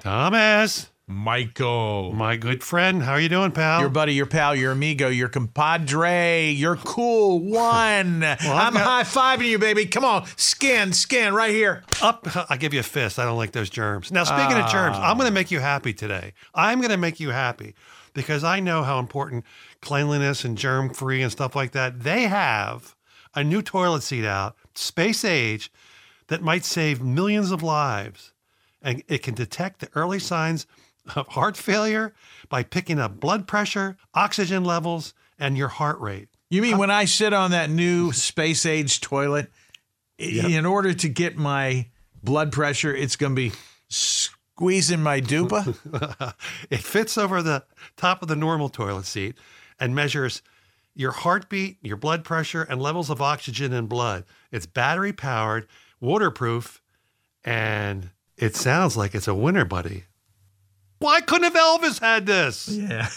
Thomas, Michael. my good friend, how are you doing, pal? Your buddy, your pal, your amigo, your compadre, your cool one. I'm high got- fiving you, baby. Come on, skin, skin, right here. Up, I give you a fist. I don't like those germs. Now, speaking of germs, I'm going to make you happy today. I'm going to make you happy because I know how important cleanliness and germ free and stuff like that. They have a new toilet seat out, space age, that might save millions of lives. And it can detect the early signs of heart failure by picking up blood pressure, oxygen levels, and your heart rate. You mean when I sit on that new space age toilet, i- in order to get my blood pressure, it's going to be squeezing my dupa? it fits over the top of the normal toilet seat and measures your heartbeat, your blood pressure, and levels of oxygen in blood. It's battery powered, waterproof, and it sounds like it's a winner, buddy. Why couldn't have Elvis had this? yeah.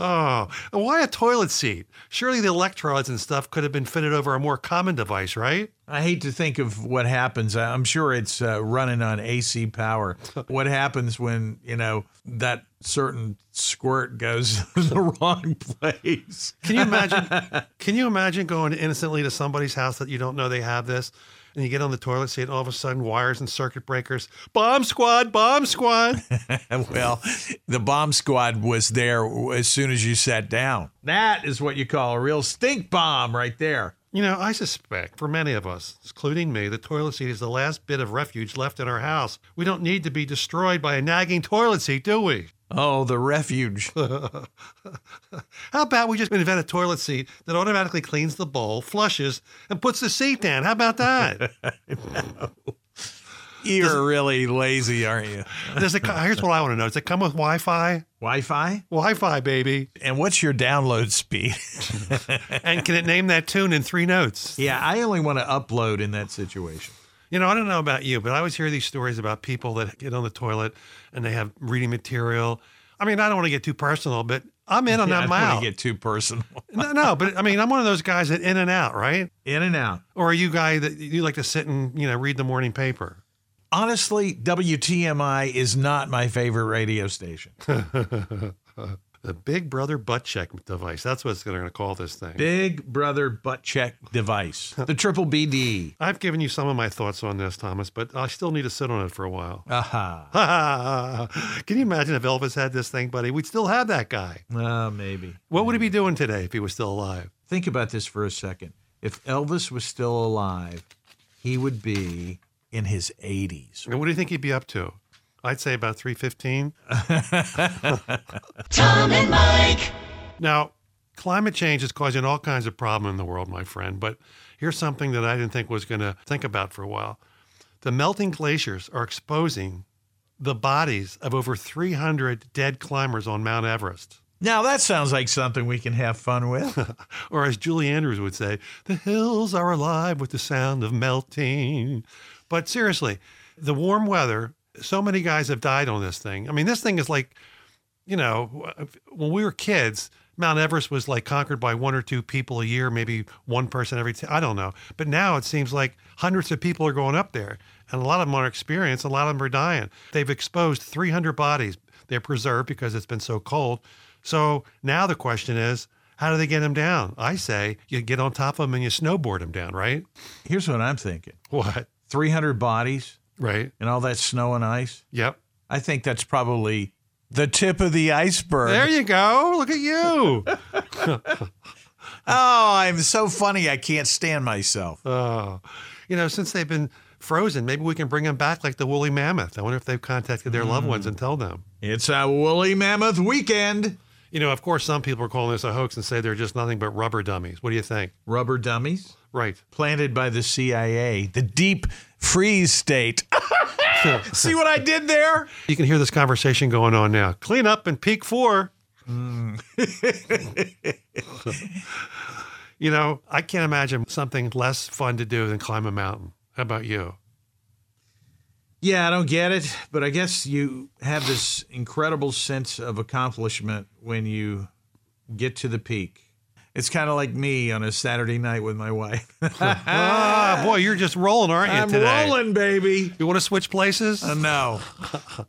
Oh, and why a toilet seat? Surely the electrodes and stuff could have been fitted over a more common device, right? I hate to think of what happens. I- I'm sure it's uh, running on AC power. What happens when, you know, that certain squirt goes in the wrong place? Can you imagine? can you imagine going innocently to somebody's house that you don't know they have this, and you get on the toilet seat, and all of a sudden wires and circuit breakers, bomb squad, bomb squad. well, the bomb squad was there as soon as you sat down. That is what you call a real stink bomb right there. you know, I suspect for many of us, including me, the toilet seat is the last bit of refuge left in our house. We don't need to be destroyed by a nagging toilet seat, do we? Oh, the refuge. How about we just invent a toilet seat that automatically cleans the bowl, flushes, and puts the seat down? How about that? You're really lazy, aren't you? Does it? co- Here's what I want to know: Does it come with Wi-Fi? Wi Fi? Wi-Fi, baby. And what's your download speed? And can it name that tune in three notes? yeah, I only want to upload in that situation. You know, I don't know about you, but I always hear these stories about people that get on the toilet and they have reading material. I mean, I don't want to get too personal, but I'm in on Yeah, I that don't want mile. to get too personal. no, no, but I mean, I'm one of those guys that in and out, right? In and out. Or are you guy that you like to sit and you know read the morning paper? Honestly, WTMI is not my favorite radio station. The Big Brother butt check device. That's what they're going to call this thing. Big Brother butt check device, the triple E. BD. I've given you some of my thoughts on this, Thomas, but I still need to sit on it for a while. Aha. Can you imagine if Elvis had this thing, buddy? We'd still have that guy. Uh, maybe. What would he be doing today if he was still alive? Think about this for a second. If Elvis was still alive, he would be in his 80s. And what do you think he'd be up to? I'd say about 315. Tom and Mike. Now, climate change is causing all kinds of problems in the world, my friend, but here's something that I didn't think was going to think about for a while. The melting glaciers are exposing the bodies of over 300 dead climbers on Mount Everest. Now, that sounds like something we can have fun with. Or as Julie Andrews would say, the hills are alive with the sound of melting. But seriously, the warm weather, so many guys have died on this thing. I mean, this thing is like, you know, when we were kids, Mount Everest was like conquered by one or two people a year, maybe one person every t- I don't know. But now it seems like hundreds of people are going up there, and a lot of them are experienced, a lot of them are dying. They've exposed 300 bodies. They're preserved because it's been so cold. So now the question is, how do they get them down? I say you get on top of them and you snowboard them down, right? Here's what I'm thinking What? 300 bodies Right? and all that snow and ice. Yep. I think that's probably the tip of the iceberg. There you go. Look at you. Oh, I'm so funny. I can't stand myself. Oh, you know, since they've been frozen, maybe we can bring them back like the woolly mammoth. I wonder if they've contacted their loved ones Mm. and tell them. It's a woolly mammoth weekend. You know, of course, some people are calling this a hoax and say they're just nothing but rubber dummies. What do you think? Rubber dummies Right. planted by the CIA, the deep freeze state. See what I did there? You can hear this conversation going on now. Clean up and peak four. Mm. you know, I can't imagine something less fun to do than climb a mountain. How about you? Yeah, I don't get it, but I guess you have this incredible sense of accomplishment when you get to the peak. It's kind of like me on a Saturday night with my wife. Ah, boy, you're just rolling, aren't you? I'm today? rolling, baby. You want to switch places? Uh, no,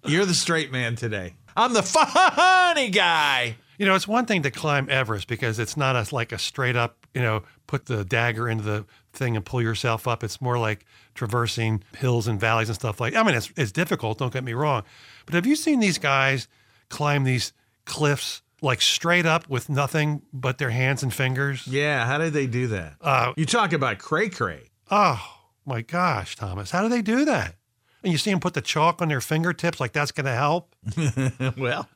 you're the straight man today. I'm the funny guy. you know, it's one thing to climb Everest because it's not a, like a straight up, you know, put the dagger into the thing and pull yourself up. It's more like traversing hills and valleys and stuff like. I mean, it's it's difficult. Don't get me wrong, but have you seen these guys climb these cliffs like straight up with nothing but their hands and fingers? Yeah, how did they do that? Uh, you talk about cray cray. Oh my gosh, Thomas, how do they do that? And you see them put the chalk on their fingertips, like that's going to help. well,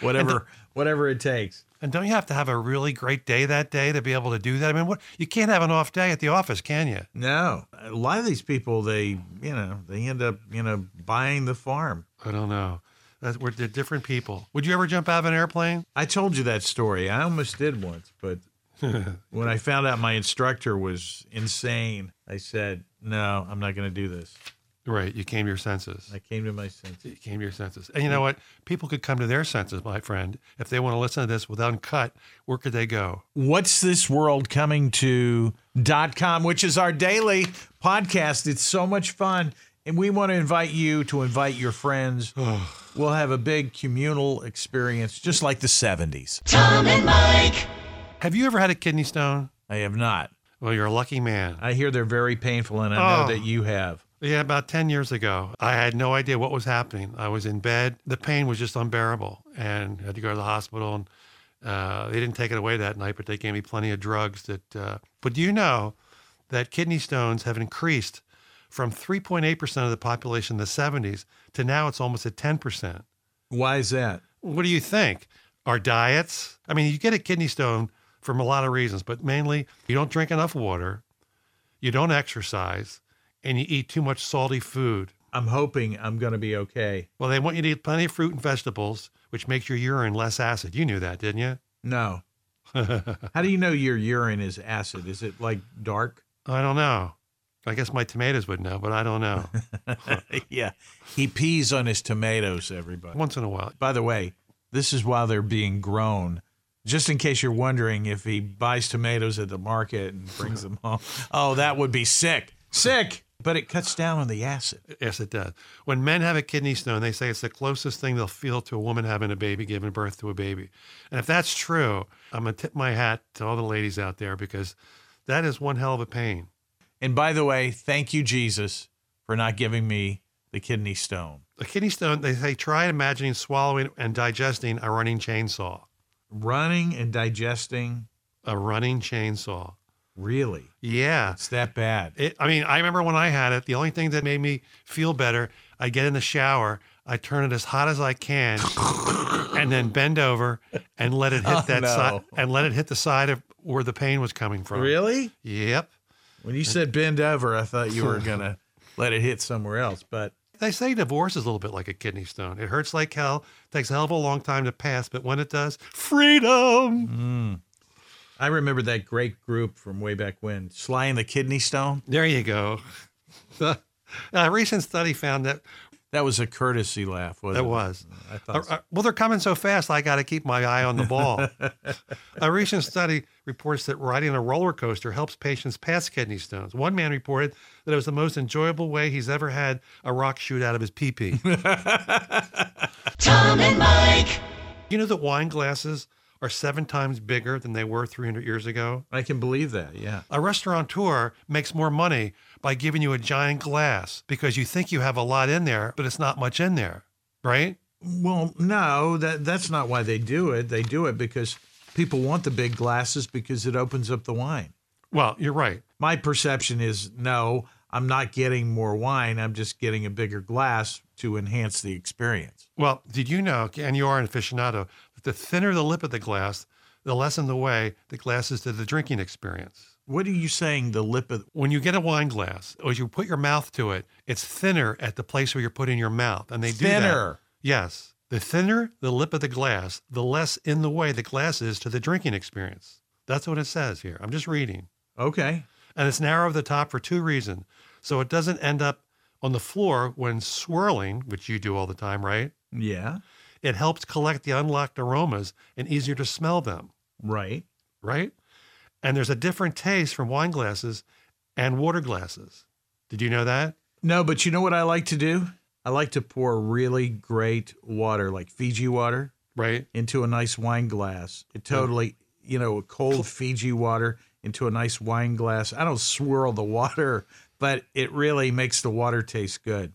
whatever, whatever it takes. And don't you have to have a really great day that day to be able to do that? I mean, what you can't have an off day at the office, can you? No, a lot of these people, they, you know, they end up, you know, buying the farm. I don't know. That, we're they're different people. Would you ever jump out of an airplane? I told you that story. I almost did once, but when I found out my instructor was insane, I said, "No, I'm not going to do this." Right. You came to your senses. I came to my senses. You came to your senses. And you know what? People could come to their senses, my friend. If they want to listen to this without cut, where could they go? What's this world coming to dot com, which is our daily podcast. It's so much fun. And we want to invite you to invite your friends. we'll have a big communal experience, just like the 70s. Tom and Mike. Have you ever had a kidney stone? I have not. Well, you're a lucky man. I hear they're very painful, and I Oh. know that you have. Yeah, about 10 years ago, I had no idea what was happening. I was in bed. The pain was just unbearable and I had to go to the hospital. And uh, they didn't take it away that night, but they gave me plenty of drugs. That, uh, But do you know that kidney stones have increased from 3.8% of the population in the 70s to now it's almost at 10%? Why is that? What do you think? Our diets? I mean, you get a kidney stone from a lot of reasons, but mainly you don't drink enough water, you don't exercise, and you eat too much salty food. I'm hoping I'm going to be okay. Well, they want you to eat plenty of fruit and vegetables, which makes your urine less acid. You knew that, didn't you? No. How do you know your urine is acid? Is it like dark? I don't know. I guess my tomatoes would know, but I don't know. yeah. He pees on his tomatoes, everybody. Once in a while. By the way, this is while they're being grown. Just in case you're wondering if he buys tomatoes at the market and brings them home. Oh, that would be sick. Sick. But it cuts down on the acid. Yes, it does. When men have a kidney stone, they say it's the closest thing they'll feel to a woman having a baby, giving birth to a baby. And if that's true, I'm going to tip my hat to all the ladies out there because that is one hell of a pain. And by the way, thank you, Jesus, for not giving me the kidney stone. A kidney stone, they say, try imagining swallowing and digesting a running chainsaw. Running and digesting, A running chainsaw. really? Yeah. It's that bad. It, I mean, I remember when I had it, the only thing that made me feel better, I get in the shower, I turn it as hot as I can, and then bend over and let it hit Oh, that no. side and let it hit the side of where the pain was coming from. Really? Yep. When you said bend over, I thought you were going to let it hit somewhere else, but They say divorce is a little bit like a kidney stone. It hurts like hell, takes a hell of a long time to pass, but when it does, Mm. freedom. I remember that great group from way back when, Sly and the Kidney Stone. There you go. a recent study found that That was a courtesy laugh, wasn't That it? was. I thought Uh, uh, well, they're coming so fast, I got to keep my eye on the ball. a recent study reports that riding a roller coaster helps patients pass kidney stones. One man reported that it was the most enjoyable way he's ever had a rock shoot out of his pee pee. Tom and Mike. you know that wine glasses are seven times bigger than they were 300 years ago? I can believe that, yeah. A restaurateur makes more money by giving you a giant glass because you think you have a lot in there, but it's not much in there, right? Well, no, that that's not why they do it. They do it because people want the big glasses because it opens up the wine. Well, you're right. My perception is no, I'm not getting more wine. I'm just getting a bigger glass to enhance the experience. Well, did you know, and you are an aficionado, that the thinner the lip of the glass, the less in the way the glass is to the drinking experience. What are you saying? The lip of When you get a wine glass, or you put your mouth to it, it's thinner at the place where you're putting your mouth. And they do that. thinner. Yes. The thinner the lip of the glass, the less in the way the glass is to the drinking experience. That's what it says here. I'm just reading. Okay. And it's narrow at the top for two reasons. So it doesn't end up on the floor when swirling, which you do all the time, right? Yeah. It helps collect the unlocked aromas and easier to smell them, Right. right? And there's a different taste from wine glasses and water glasses. Did you know that? No, but you know what I like to do? I like to pour really great water, like Fiji water, Right? into a nice wine glass. It totally, you know, cold Fiji water into a nice wine glass. I don't swirl the water, but it really makes the water taste good.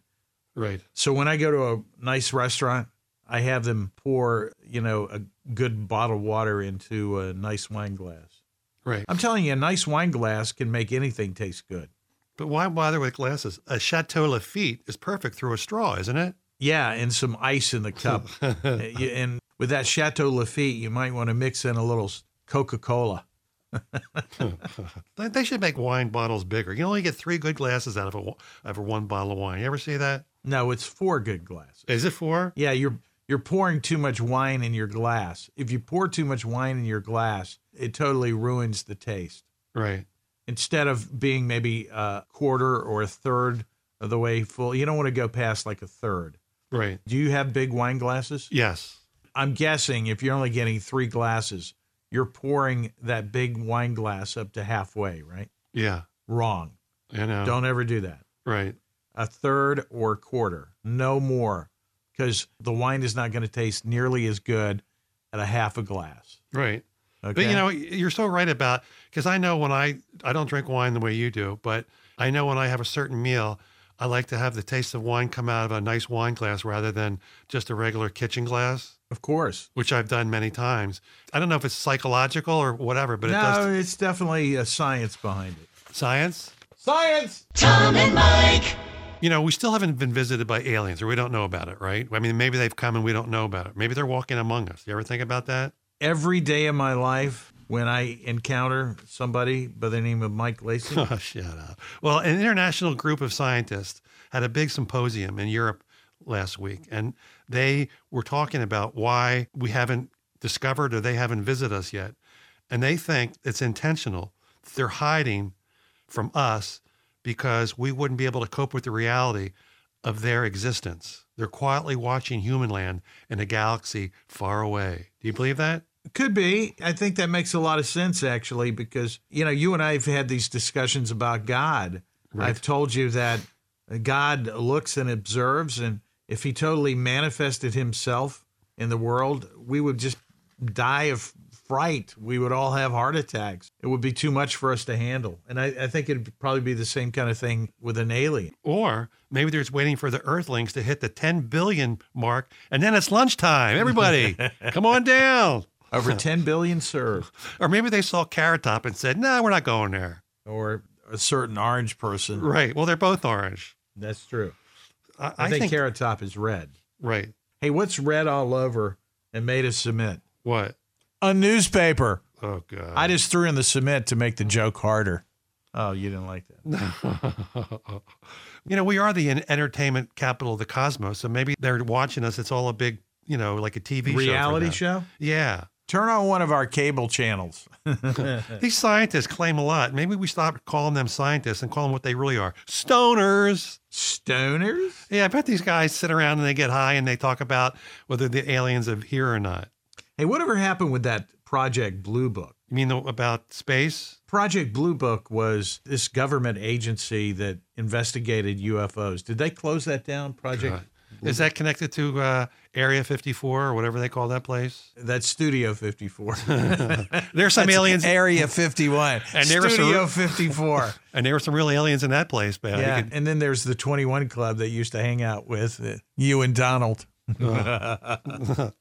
Right. So when I go to a nice restaurant, I have them pour, you know, a good bottle of water into a nice wine glass. Right. I'm telling you, a nice wine glass can make anything taste good. But why bother with glasses? A Chateau Lafitte is perfect through a straw, isn't it? Yeah, and some ice in the cup. Uh, you- and with that Chateau Lafitte, you might want to mix in a little Coca Cola. They- They should make wine bottles bigger. You only get three good glasses out of a, out of a one bottle of wine. You ever see that? No, it's four good glasses. Is it four? Yeah, you're you're pouring too much wine in your glass. If you pour too much wine in your glass, it totally ruins the taste. Right. Instead of being maybe a quarter or a third of the way full, you don't want to go past like a third. Right. Do you have big wine glasses? Yes. I'm guessing if you're only getting three glasses, you're pouring that big wine glass up to halfway, right? Yeah. Wrong. I know. Don't ever do that. Right. a third or a quarter, no more, because the wine is not going to taste nearly as good at a half a glass. Right. Okay? But you know, you're so right about because I know when I I don't drink wine the way you do, but I know when I have a certain meal, I like to have the taste of wine come out of a nice wine glass rather than just a regular kitchen glass, of course. which I've done many times. I don't know if it's psychological or whatever, but it no, does it's definitely a science behind it. science. Science. Tom and Mike. You know, we still haven't been visited by aliens, or we don't know about it, right? I mean, maybe they've come and we don't know about it. Maybe they're walking among us. You ever think about that? Every day of my life, when I encounter somebody by the name of Mike Lacey, Oh, shut up. Well, an international group of scientists had a big symposium in Europe last week, and they were talking about why we haven't discovered or they haven't visited us yet. And they think it's intentional. They're hiding from us because we wouldn't be able to cope with the reality of their existence. They're quietly watching human land in a galaxy far away. Do you believe that? could be. I think that makes a lot of sense actually, because you know, you and I have had these discussions about God. I've told you that God looks and observes, and if He totally manifested Himself in the world, we would just die of fright. We would all have heart attacks. It would be too much for us to handle. And I, I think it'd probably be the same kind of thing with an alien. Or maybe they're just waiting for the Earthlings to hit the 10 billion mark, and then it's lunchtime. Everybody, come on down. Over 10 billion served, Or maybe they saw Carrot Top and said, "No, we're not going there." or a certain orange person. Right. Well, they're both orange. That's true. I, I, think, Carrot Top is red. right. Hey, what's red all over and made of cement? What? A newspaper. Oh God. I just threw in the cement to make the joke harder. Oh, you didn't like that. you know, we are the en- entertainment capital of the cosmos, so maybe they're watching us. It's all a big, you know, like a TV show for Reality them. show? Yeah. Turn on one of our cable channels. These scientists claim a lot. Maybe we stop calling them scientists and call them what they really are: stoners. Stoners? Yeah, I bet these guys sit around and they get high and they talk about whether the aliens are here or not. Hey, whatever happened with that Project Blue Book? You mean the, about space? Project Blue Book was this government agency that investigated UFOs. Did they close that down? Project God. Is that connected to uh, Area 54 or whatever they call that place? that's Studio 54. There's some That's aliens, Area 51. And there was a- Studio 54. and there were some real aliens in that place, man. Uh, You Yeah, could- and then there's the 21 Club that used to hang out with uh, you and Donald. I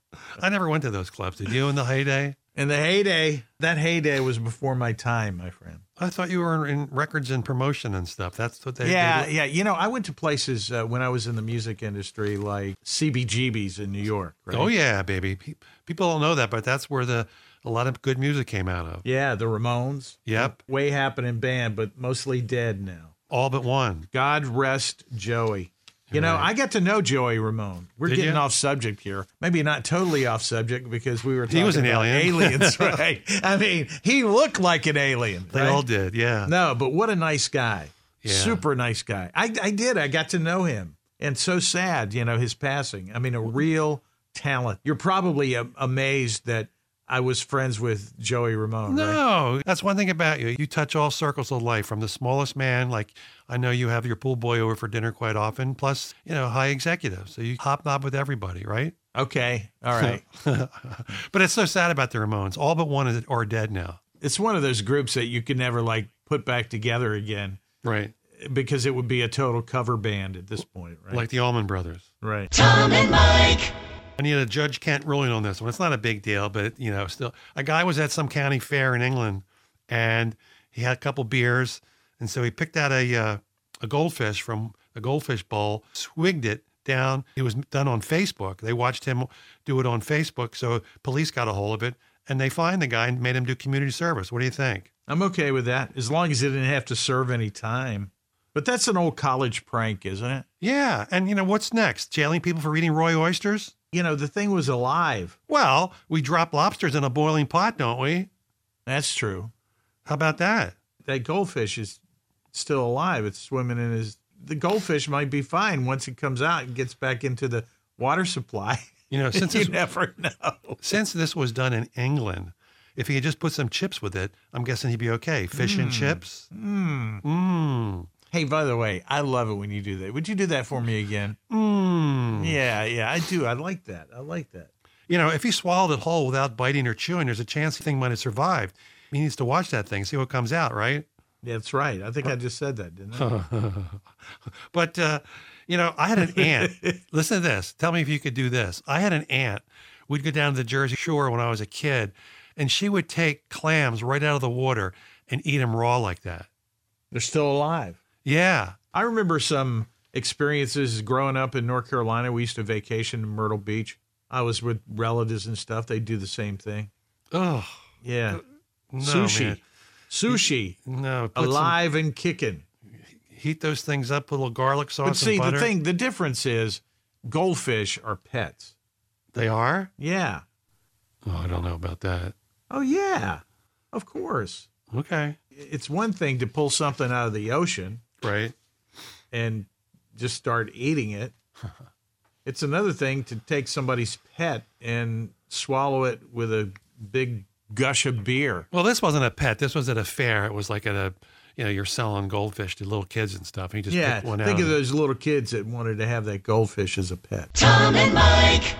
never went to those clubs. Did you in the heyday? And the heyday, that heyday was before my time, my friend. I thought you were in, in records and promotion and stuff. That's what they yeah, they- yeah. You know, I went to places uh, when I was in the music industry, like CBGB's in New York. Right? Oh yeah, baby. Pe- People don't know that, but that's where the a lot of good music came out of. yeah, the Ramones. Yep, Way happening band, but mostly dead now. all but one. God rest Joey. You know, I got to know Joey Ramone. We're Did getting ya? off subject here. Maybe not totally off subject because we were talking He was an about alien. aliens, right? I mean, he looked like an alien. They right? all did. Yeah. No, but what a nice guy. Yeah. Super nice guy. I, I did. I got to know him. And so sad, you know, his passing. I mean, a real talent. You're probably a- amazed that I was friends with Joey Ramone. Right? No, that's one thing about you. You touch all circles of life from the smallest man, like I know you have your pool boy over for dinner quite often, plus, you know, high executives. So you hobnob with everybody, right? Okay. All right. But it's so sad about the Ramones. All but one is- are dead now. it's one of those groups that you can never like put back together again Right. because it would be a total cover band at this point, right? Like the Allman Brothers. right. Tom and Mike. I need a Judge Kent ruling on this one. It's not a big deal, but you know, still, a guy was at some county fair in England, and he had a couple beers, and so he picked out a uh, a goldfish from a goldfish bowl, swigged it down. It was done on Facebook. They watched him do it on Facebook, so police got a hold of it, and they fined the guy and made him do community service. What do you think? I'm okay with that as long as it didn't have to serve any time. But that's an old college prank, isn't it? Yeah, and you know what's next? Jailing people for eating roy oysters? You know, the thing was alive. Well, we drop lobsters in a boiling pot, don't we? That's true. How about that? That goldfish is still alive. It's swimming in his. The goldfish might be fine once it comes out and gets back into the water supply. You know, since you it's- never know. since this was done in England, if he had just put some chips with it, I'm guessing he'd be okay. Fish and chips. Mmm. Mmm. Hmm. Hey, by the way, I love it when you do that. Would you do that for me again? Mmm. Yeah, yeah, I do. I like that. I like that. You know, if he swallowed it whole without biting or chewing, there's a chance the thing might have survived. He needs to watch that thing, see what comes out, right? That's right. I think I just said that, didn't I? But uh, you know, I had an aunt. Listen to this. Tell me if you could do this. I had an aunt. We'd go down to the Jersey Shore when I was a kid, and she would take clams right out of the water and eat them raw like that. They're still alive. Yeah. I remember some experiences growing up in North Carolina. We used to vacation in Myrtle Beach. I was with relatives and stuff. They do the same thing. Oh Yeah. no, Sushi. man. Sushi. No, put some- Alive and kicking. heat those things up, put a little garlic sauce But see, and butter. the thing, the difference is goldfish are pets. They are? Yeah. Oh, I don't know about that. Oh, yeah. Of course. Okay. It's one thing to pull something out of the ocean Right. and just start eating it. It's another thing to take somebody's pet and swallow it with a big gush of beer. Well, this wasn't a pet. This was at a fair. It was like at a, you know, you're selling goldfish to little kids and stuff. And you just yeah, picked one think out. of those little kids that wanted to have that goldfish as a pet. Tom and Mike.